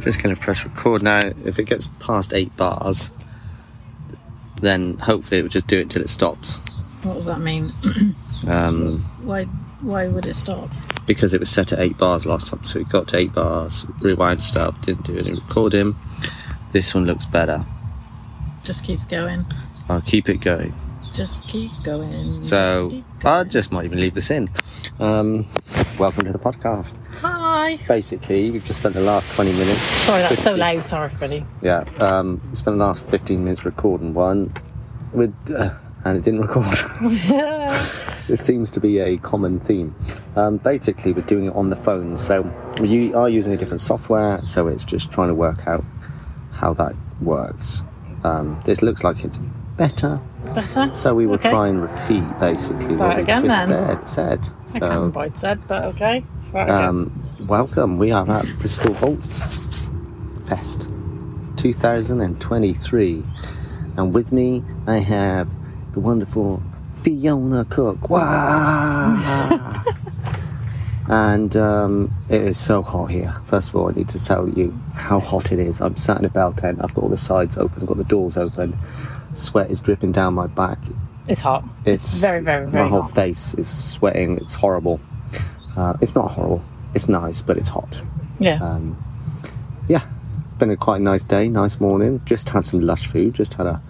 Just going to press record now. If it gets past eight bars, then hopefully it will just do it till it stops. What does that mean? Um, Why why would it stop? because it was set at eight bars last time, so it got to eight bars, rewind stop, didn't do any recording. This one looks better. Just keeps going. I'll keep it going. Just keep going. just So keep I going. just might even leave this in. Um, welcome to the podcast. Hi. Basically, we've just spent the last 20 minutes. Sorry, that's so 50 loud. Sorry, everybody. Yeah, um, we spent the last 15 minutes recording one, with, uh, and it didn't record. this seems to be a common theme. Um, basically, we're doing it on the phone, so we are using a different software, so it's just trying to work out how that works. Um, this looks like it's better, Better. so we will Okay. try and repeat basically what Start we again just then. said. said. I can't So, bite said, but okay. Right, okay. um, welcome. We are at Bristol Volts Fest 2023, and with me I have the wonderful Fiona Cook. Wow! and um, it is so hot here. First of all, I need to tell you how hot it is. I'm sat in a bell tent. I've got all the sides open. I've got the doors open. Sweat is dripping down my back. it's hot. It's, very, very, My very whole hot. face is sweating. It's horrible. Uh, it's not horrible. It's nice, but it's hot. yeah. Um, yeah, it's been a quite nice day, nice morning. Just had some lush food. Just had a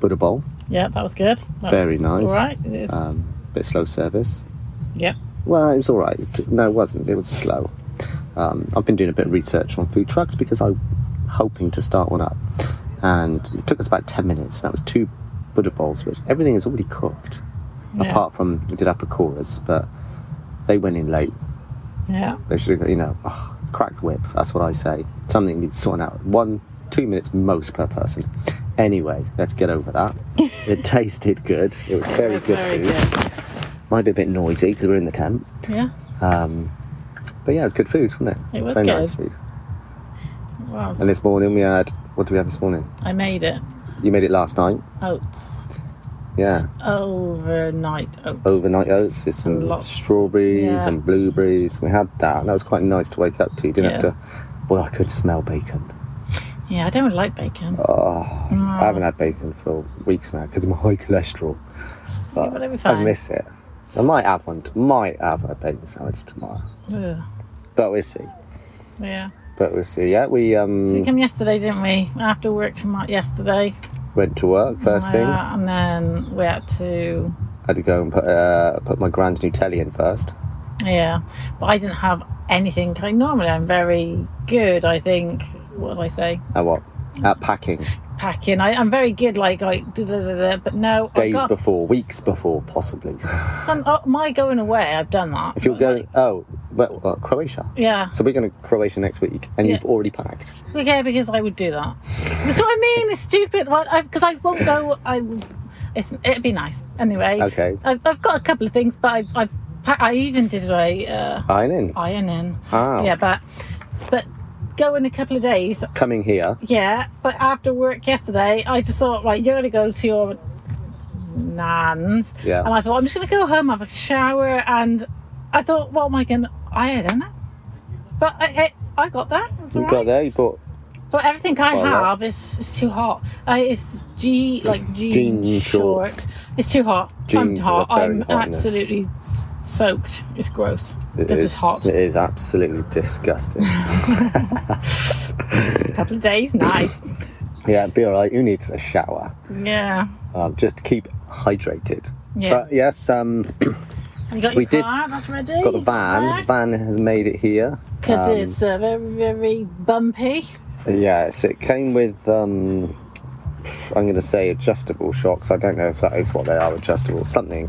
Buddha bowl. yeah, that was good. That very was nice. All right. It is. Um, bit slow service. yep. Well, it was all right. No, it wasn't. It was slow. Um, I've been doing a bit of research on food trucks because I'm hoping to start one up. And it took us about 10 minutes. And that was two Buddha bowls, which everything is already cooked. Yeah. Apart from we did apicoras, but they went in late. Yeah. They should have, you know, ugh, crack the whip. That's what I say. Something needs sorting out. One, two minutes most per person. Anyway, let's get over that. it tasted good. It was very It was good very food. Might be a bit noisy because we're in the tent. good. Yeah. Um, but yeah, it was good food, wasn't it? It was very good. nice food. It was. And this morning we had what did we have this morning? I made it. You made it last night. Oats. Yeah, Overnight oats. overnight oats with some Lots. strawberries Yeah. and blueberries. We had that, and that was quite nice to wake up to. You didn't have Yeah. to. Well, I could smell bacon. Yeah, I don't really like bacon. Oh, I haven't had bacon for weeks now because of my high cholesterol. Yeah, but it'll be I fine. miss it. I might have one. Might have a bacon sandwich tomorrow, Ugh. but we'll see. Yeah. But we'll see. Yeah, we So we um, came yesterday, didn't we? After work tomorrow, yesterday. went to work first Uh, thing. And then we had to, had to go and put uh, put my grand new telly in first. yeah. But I didn't have anything. 'cause I normally I'm very good. I think. What did I say? At what? At packing. Packing. I, I'm very good. Like I, da, da, da, da, but no. I Days got, before, weeks before, possibly. some- oh, my going away. I've done that. If you're But, going, like, oh, well, uh, Croatia. yeah. So we're going to Croatia next week, and Yeah. you've already packed. Okay, because I would do that. That's what I mean. It's stupid. Because I, 'cause I won't go. I. will- It's, it'd be nice anyway. Okay. I've, I've got a couple of things, but I've, I've pa- I even did a uh, Iron in. iron in. Oh. Yeah, but but go in a couple of days. Coming here. Yeah, but after work yesterday, I just thought, right, you're gonna go to your nan's. Yeah. And I thought I'm just gonna go home, have a shower, and I thought, what am I gonna? I don't know. But I I, I got that. It's You all got right. there. You bought But everything I Quite a lot. have is, is too hot. I, it's G like jean, Jean short. shorts. It's too hot. I'm Jeans are hot. very I'm hot in this. absolutely s- soaked. It's gross. It this is, hot. It is absolutely disgusting. A couple of days, nice. yeah, it'd be all right. Who needs a shower? yeah. Um, just to keep hydrated. Yeah. But yes, um, You got We your did- car, that's ready. got the van. Van has made it here. Because Um, it's uh, very, very bumpy. Yes, it came with, um, I'm going to say adjustable shocks. I don't know if that is what they are, adjustable something.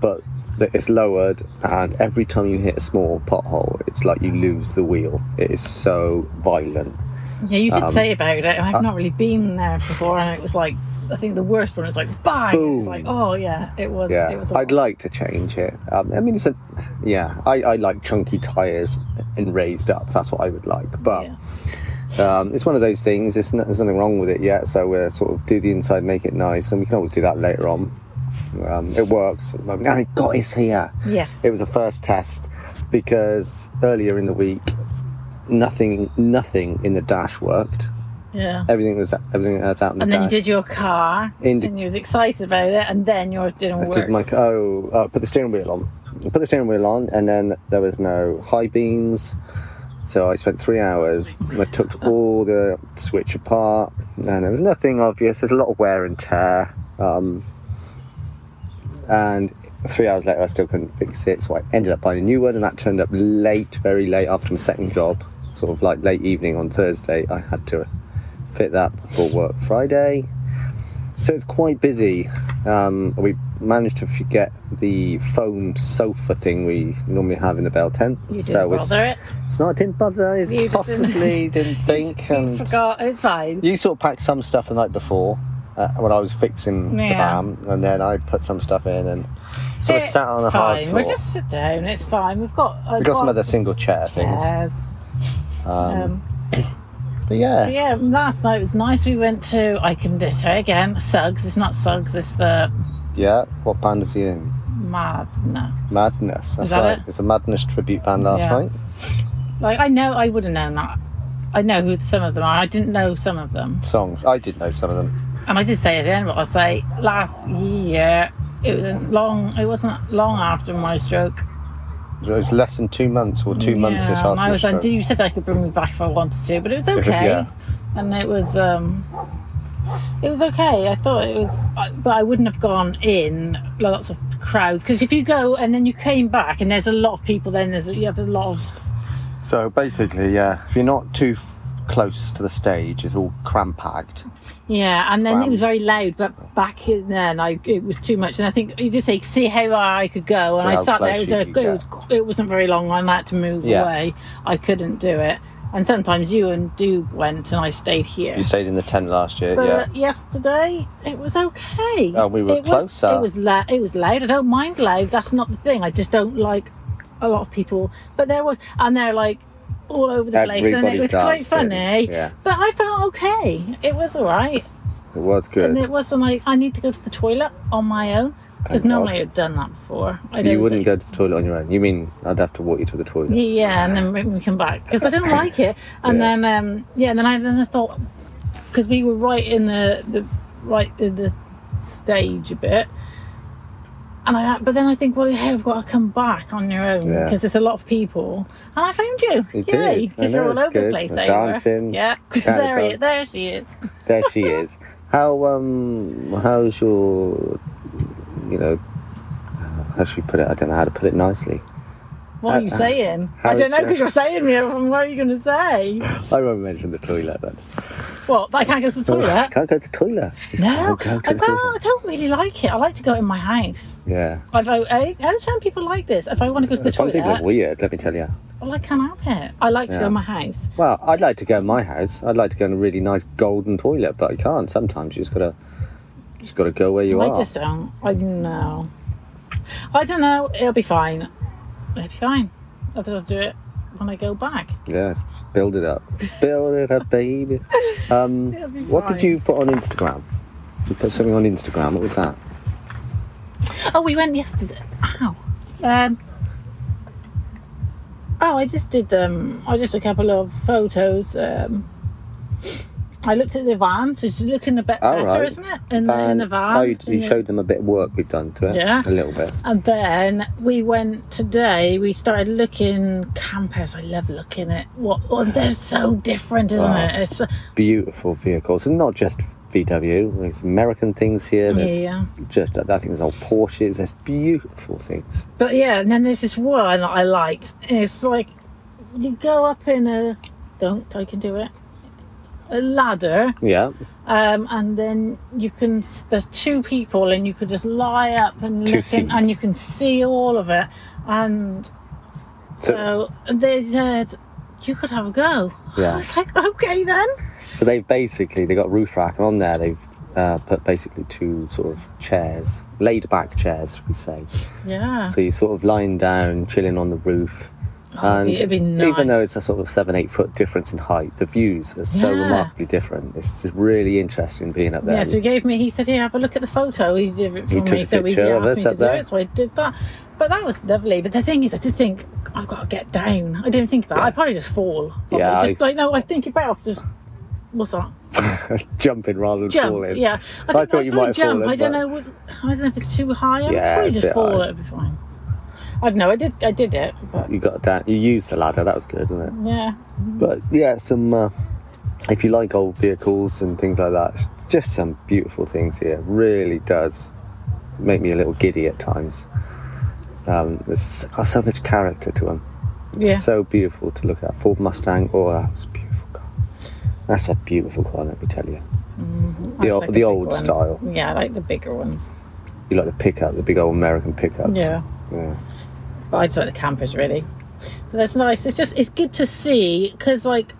But th- it's lowered, and every time you hit a small pothole, it's like you lose the wheel. It is so violent. Yeah, you did Um, say about it. uh, I've not really been there before, and it was like, I think the worst one was like, bang! It Boom. was like, oh, yeah, it was. It Yeah, was a I'd lot. like to change it. Um, I mean, it's a, yeah, I, I like chunky tyres and raised up. That's what I would like. But Yeah. um, it's one of those things. It's not, there's nothing wrong with it yet, so we'll sort of do the inside, make it nice, and we can always do that later on. Um, it works at the moment, and it got us here. Yes. It was a first test because earlier in the week nothing, nothing in the dash worked. Yeah. Everything was everything that's out in the And dash. then you did your car, Indeed. and you was excited about it, and then yours didn't I work. did my oh, uh, put the steering wheel on. I put the steering wheel on, and then there was no high beams. So I spent three hours. I took all the switch apart, and there was nothing obvious. There's a lot of wear and tear, um, and three hours later, I still couldn't fix it. So I ended up buying a new one, and that turned up late, very late after my second job, sort of like late evening on Thursday. I had to fit that before work Friday. So it's quite busy. Um, we managed to f- get the foam sofa thing we normally have in the bell tent. you didn't so it's, bother it. it's not I didn't bother. It's You didn't- possibly didn't think. and Forgot. It's fine. you sort of packed some stuff the night before uh, when I was fixing Yeah. the van, and then I put some stuff in and sort of It's sat on a hard fine. floor. We'll just sit down. It's fine. We've got. we got some other single chair things. Yes. Um, Um, but yeah, yeah, last night was nice. We went to I can do it again. Suggs. It's not Suggs. It's the yeah. What band was he in? mad. No. Madness. That's that right. it? It's a Madness tribute band last Yeah. night. Like I know, I would have known that. I know who some of them are. I didn't know some of them, Songs. I did know some of them. and I did say it then. But I'll say last year it wasn't long. It wasn't long after my stroke. It was less than two months or two months ish Yeah, after and I the was stroke. like, you said I could bring me back if I wanted to, but it was okay. Yeah. And it was, um, it was okay. I thought it was, I- but I wouldn't have gone in lots of crowds because if you go and then you came back and there's a lot of people, then there's you have a lot of So basically, yeah, if you're not too f- close to the stage, it's all cram packed. yeah, and then Wow. it was very loud. But back in then, I it was too much, and I think you just say see how I could go, See and I how sat there. It close was, you a, could it was it wasn't very long. and I had to move Yeah. away. I couldn't do it. And sometimes you and Doob went, and I stayed here. You stayed in the tent last year, yeah. But yesterday, it was okay. Oh, we were it closer. Was, it was la- It was loud. I don't mind loud. That's not the thing. I just don't like a lot of people. But there was, and they're like all over the place, and it Everybody's was quite dancing, funny. yeah. But I felt okay. It was all right, It was and good. it wasn't like I need to go to the toilet on my own Thank because God. normally I've done that before. I You don't wouldn't think- go to the toilet on your own. You mean I'd have to walk you to the toilet? Yeah, and then we- we come back because I didn't like it. And Yeah. then um, yeah, and then I then I thought because we were right in the the right in the stage a bit. And I, but then I think, well, yeah, you've got to come back on your own Yeah. because there's a lot of people. And I found you, You yay, did. I because you're know, all it's over the good. place. The there you were. dancing, yeah, kinda there, it, dance. there she is. There she is. How um how's your you know how should we put it? I don't know how to put it nicely. What Uh, are you uh, saying? how I don't is know your- because you're saying me. What are you going to say? I won't mention the toilet then. What? that I can't go to the Oh, toilet. Can't go to the toilet. Just No, can't go to I the don't, I toilet. don't really like it. I like to go in my house. Yeah. I eh, vote A. I understand people like this. If I want to go to the Some people are toilet, weird, let me tell you. well, I can't have it. I like to go Yeah. in my house. Well, I'd like to go in my house. I'd like to go in a really nice golden toilet, but I can't. Sometimes you just gotta just gotta go where you I are. just don't. I don't know. I don't know. It'll be fine. It'll be fine. I think I'll do it when I go back. Yes, build it up. Build it up, baby. Um, It'll be what did fine. you put on Instagram? You put something on Instagram. What was that? Oh, we went yesterday. Ow. Um. Oh, I just did. Um, I just a couple of photos. Um. I looked at the van, so it's looking a bit All better, right. isn't it? In, the in the van. Oh, you, you in the- showed them a bit of work we've done to it. Yeah. A little bit. And then we went today. We started looking campers. I love looking at what oh, they're so different, isn't Wow. it? It's, Beautiful vehicles, and not just VW. There's American things here. There's yeah, just I think there's old Porsches. There's beautiful things. but yeah. And then there's this one I liked. And it's like you go up in a don't I can do it a ladder, Yeah. um, and then you can there's two people and you could just lie up and Two look in, and seats. you can see all of it. And So, so they said you could have a go. Yeah. I was like, okay then. so they've basically they got a roof rack, and on there they've uh, put basically two sort of chairs, laid back chairs, we say. Yeah. So you're sort of lying down, chilling on the roof, Oh, and it'd be even though nice. it's a sort of seven, eight foot difference in height, the views are so Yeah. remarkably different. It's just really interesting being up there. Yeah, so he gave me. He said, "Here, have a look at the photo." He did it for He took me, a so he picture of asked us me to up there. do it, so I did that. But that was lovely. But the thing is, I did think I've got to get down. I didn't think about. it. I probably just fall. Probably. Yeah, just I- like no, I think about off just what's that? jumping rather than Jump. falling. Yeah, I, thought you might have jump. fallen, I don't but- know. What, I don't know if it's too high. Yeah, I yeah, probably a just bit fall. high. It'd be fine. I don't know. I did. I did it. But You got down. You used the ladder. That was good, wasn't it? yeah. But yeah, some uh, if you like old vehicles and things like that, it's just some beautiful things here. Really does make me a little giddy at times. Um, it's got so much character to them. It's Yeah. so beautiful to look at. Ford Mustang, oh, that's a beautiful car. That's a beautiful car, let me tell you. I The, just ol- like the big old ones. style. Yeah, I like the bigger ones. You like the pickup, the big old American pickups. Yeah. Yeah. But I just like the campers really. But that's nice. It's just it's good to see because like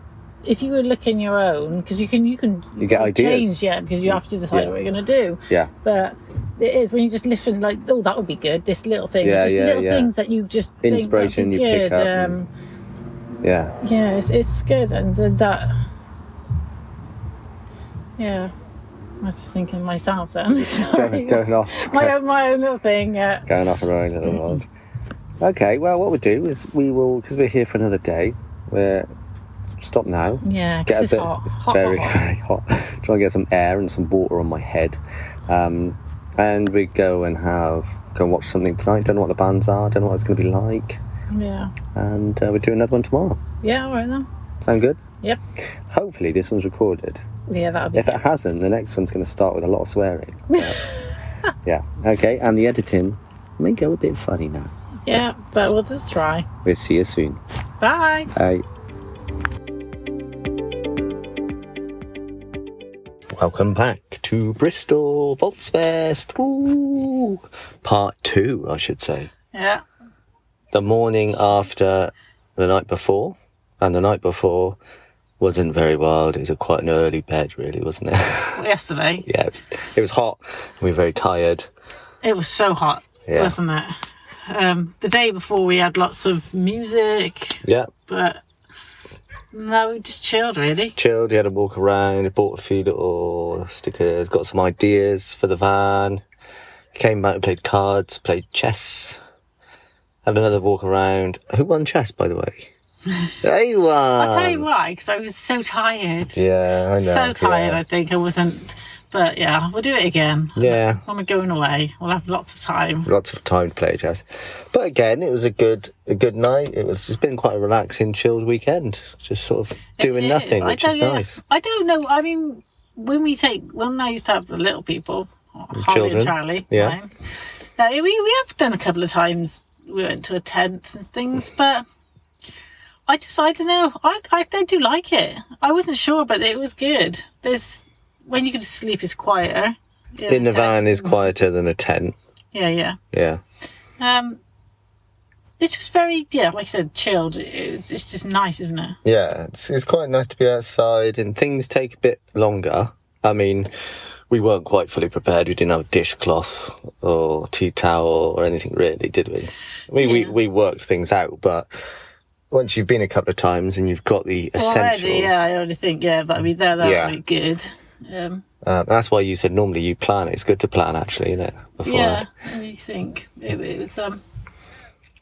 if you were looking your own because you can you can You get can't ideas. change yeah because you have to decide Yeah. what you're gonna do. Yeah. But it is when you just listen like oh that would be good this little thing Yeah, just yeah, little yeah. things that you just think that'd be Inspiration you pick good. up Um, Yeah. yeah, it's it's good and then that. Yeah, I was just thinking myself then. Sorry. Going, going off. My own my own little thing. Yeah. going off our own little world. Okay, well, what we'll do is we will, because we're here for another day, we're stop now. Yeah, Get because a it's bit, hot. it's hot, very, hot, hot. very hot. Try and get some air and some water on my head. Um, and we go and have, go and watch something tonight. Don't know what the bands are, don't know what it's going to be like. Yeah. And uh, we'll do another one tomorrow. Yeah, all right then. Sound good? Yep. Hopefully, this one's recorded. Yeah, that'll be If it hasn't, the next one's going to start with a lot of swearing. But- yeah, okay, and the editing may go a bit funny now. Yeah, but we'll just try. We'll see you soon. Bye. Bye. Welcome back to Bristol Volksfest. Woo! Part two, I should say. Yeah. The morning after the night before, and the night before wasn't very wild. It was a quite an early bed, really, wasn't it? Yesterday, yeah, it was, it was hot. We were very tired. it was so hot, Yeah. wasn't it? Um, the day before, we had lots of music, Yeah, but no, we just chilled really. chilled. We had a walk around. Bought a few little stickers. Got some ideas for the van. Came back and played cards. Played chess. Had another walk around. Who won chess, by the way? they won. I'll tell you why, because I was so tired. Yeah, I Um, know. so tired, Yeah. I think. I wasn't, but yeah, we'll do it again. yeah. When we're going away, we'll have lots of time. Lots of time to play chess, but again, it was a good, a good night. It was. It's been quite a relaxing, chilled weekend. Just sort of doing It is. nothing, I which is don't know- nice. I don't know. I mean, when we take, when I used to have the little people, Holly children. and Charlie, Yeah. mine, uh, we we have done a couple of times. We went to a tent and things, Mm. but I just I don't know. I I, I do like it. I wasn't sure, but it was good. There's when you can sleep is quieter. In the tent. van is quieter than a tent. Yeah, yeah. Yeah, Um, it's just very yeah, like I said, chilled. It's it's just nice, isn't it? Yeah, it's, it's quite nice to be outside, and things take a bit longer. I mean, we weren't quite fully prepared. We didn't have a dishcloth or tea towel or anything really, did we? We we, Yeah. we worked things out, but once you've been a couple of times and you've got the essentials, Already, yeah. I already think yeah, that'd be there. That'd Yeah. be good. Um, uh, that's why you said normally you plan. It's good to plan actually, isn't it? yeah, Beforehand. what do you think? It, it was um,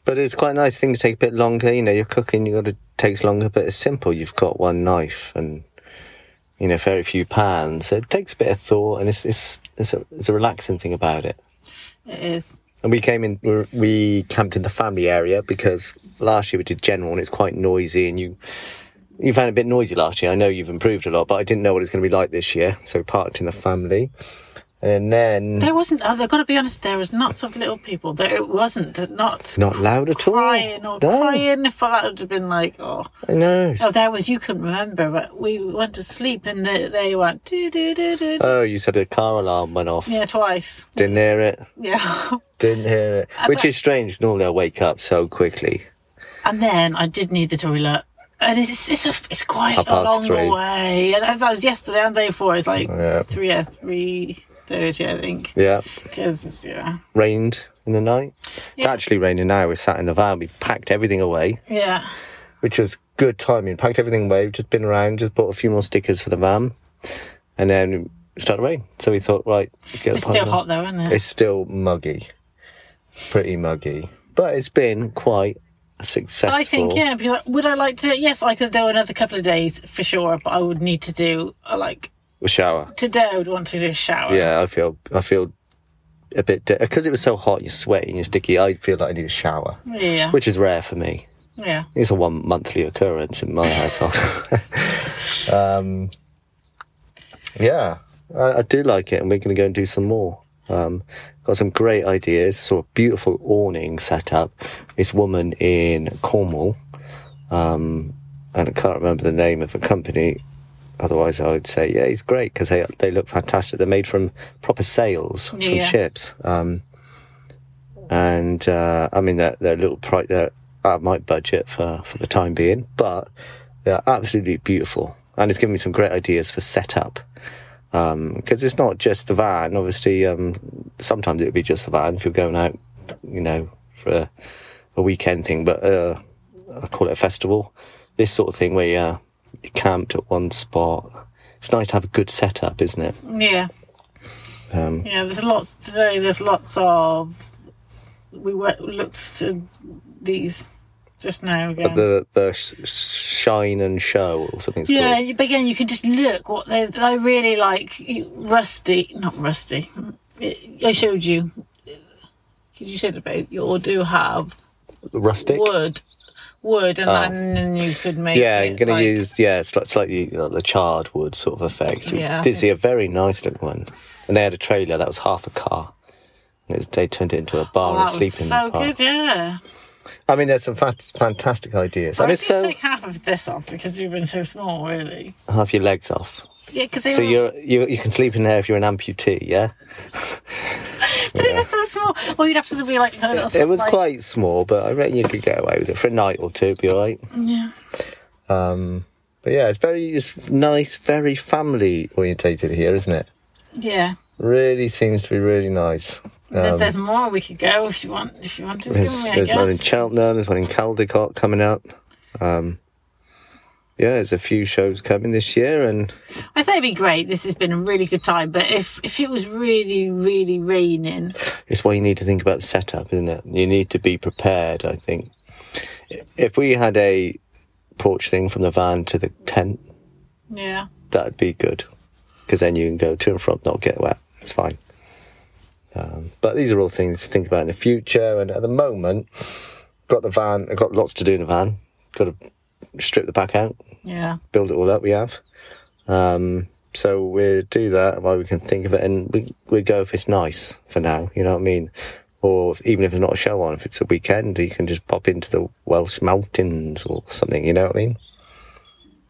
But it's quite nice. Things take a bit longer. You know, you're cooking. You got to takes longer, but it's simple. You've got one knife and you know very few pans. So it takes a bit of thought, and it's it's it's a, it's a relaxing thing about it. it is. And we came in. we- We camped in the family area because last year we did general, and it's quite noisy. And you you found it a bit noisy last year. I know you've improved a lot, but I didn't know what it's going to be like this year. So we parked in the family, and then There wasn't. I've got to be honest. There was lots of little people. There it wasn't. Not it's not loud at all. crying or No, crying. If that would have been like, oh, I know. It's oh, there was. You couldn't remember, but we went to sleep and they, they went do do do do. do. Oh, you said a car alarm went off. yeah, twice. Didn't hear it. Yeah, Didn't hear it. Which Uh, but- is strange. Normally I wake up so quickly. and then I did need the toilet. And it's it's a, it's quite Half a past long three. way. And that was yesterday and day before. It's like Yeah. three or three thirty, I think. Yeah. Because yeah, Rained. in the night. It's actually raining now. We're sat in the van. We've packed everything away, Yeah. which was good timing. Packed everything away. We've just been around, just bought a few more stickers for the van, and then it started to rain. So we thought, right, get It's the still van. hot though, isn't it? It's still muggy, pretty muggy, but it's been quite a successful. I think yeah. Because like, would I like to? Yes, I could do another couple of days for sure, but I would need to do uh, like shower. today. I would want to do a shower. Yeah, I feel I feel a bit because it was so hot. You're sweating, you're sticky. I feel like I need a shower, Yeah. which is rare for me. yeah. It's a one monthly occurrence in my household. um, yeah, I, I do like it, and we're going to go and do some more. Um, got some great ideas. Saw a beautiful awning set up. This woman in Cornwall, um, and I can't remember the name of the company. Otherwise, I would say yeah, it's great because they they look fantastic. They're made from proper sails from Yeah. ships. Um, and uh, I mean they're they're a little pri they're out of my budget for for the time being, but they're absolutely beautiful, and it's given me some great ideas for setup. Because it's not just the van. Obviously, um, sometimes it would be just the van if you're going out, you know, for a, a weekend thing. But uh, I call it a festival. This sort of thing where you, uh, you camped at one spot. It's nice to have a good setup, isn't it? Yeah. Um, Yeah, there's lots today. There's lots of we went, looked to these just now again. The the sh- shine and show or something. It's yeah, called. you- but again, you can just look what they. I really like you- rusty, not rusty. I showed you. Because you said about you do have rustic. wood, wood, and then and you could make. Ah. Yeah, I'm it going like- to use yeah, it's like slightly you know, the charred wood sort of effect. We Yeah, I did think- see a very nice looking one, and they had a trailer that was half a car. And it was, they turned it into a bar Oh, and a that was sleeping so park. good, yeah. I mean, there's some fat, fantastic ideas. I I mean, need to so take half of this off because you've been so small, really. half your legs off, Yeah, because they so were you're you you can sleep in there if you're an amputee. Yeah, But it was so small. Well, you'd have to be like, no, it was like, quite small, but I reckon you could get away with it for a night or two. It'd be all right. Yeah. Um, but yeah, it's very it's nice, very family orientated here, isn't it? Yeah. Really seems to be really nice. there's, there's more we could go if you want. If you wanted to, give Um, There's, me, I there's guess. one in Cheltenham. There's one in Caldecott coming up. Um, yeah, there's a few shows coming this year, and I say it'd be great. This has been a really good time. But if if it was really really raining, it's why you need to think about the setup, isn't it? You need to be prepared. I think if we had a porch thing from the van to the tent, yeah, that'd be good because then you can go to and from, not get wet. It's fine. Um, but these are all things to think about in the future. And at the moment, got the van. I've got lots to do in the van. Got to strip the back out. yeah, build it all up we have. Um, so we'll do that while we can think of it, and we we go if it's nice for now. You know what I mean? Or if, even if there's not a show on, if it's a weekend, you can just pop into the Welsh mountains or something. You know what I mean?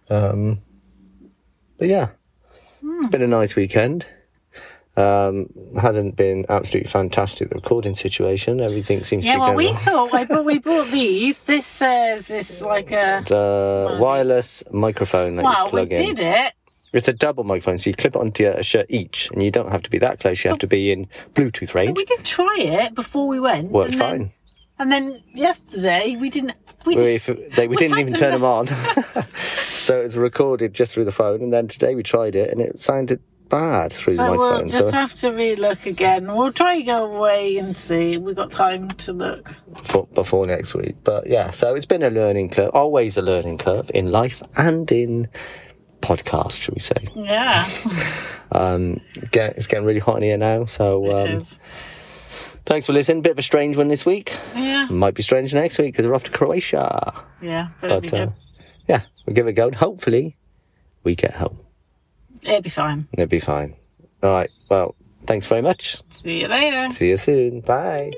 Um, but yeah, Hmm. it's been a nice weekend. Um, hasn't been absolutely fantastic. The recording situation, everything seems yeah. to be Well, going we well. thought, like, but we bought these. This says it's like a. It's a uh, wireless microphone that Well, you we plug in. did it. It's a double microphone, so you clip it onto your shirt each, and you don't have to be that close. You have to be in Bluetooth range. We did try it before we went. Worked and Then, fine. and then yesterday we didn't. We We, did, if, they, we didn't had even the turn them on, so it was recorded just through the phone. And then today we tried it, and it sounded bad through the so we'll microphone. just So have to relook again. We'll try and go away and see. We've got time to look. for, before next week, but yeah, so it's been a learning curve. Always a learning curve in life and in podcast, should we say? Yeah. Um, get, it's getting really hot in here now. So it um, is. thanks for listening. Bit of a strange one this week. Yeah. Might be strange next week because we're off to Croatia. Yeah. But, it'd be But uh, good. yeah, we'll give it a go. And hopefully, we get home. It'd be fine. It'll be fine. All right. Well, thanks very much. See you later. See you soon. Bye.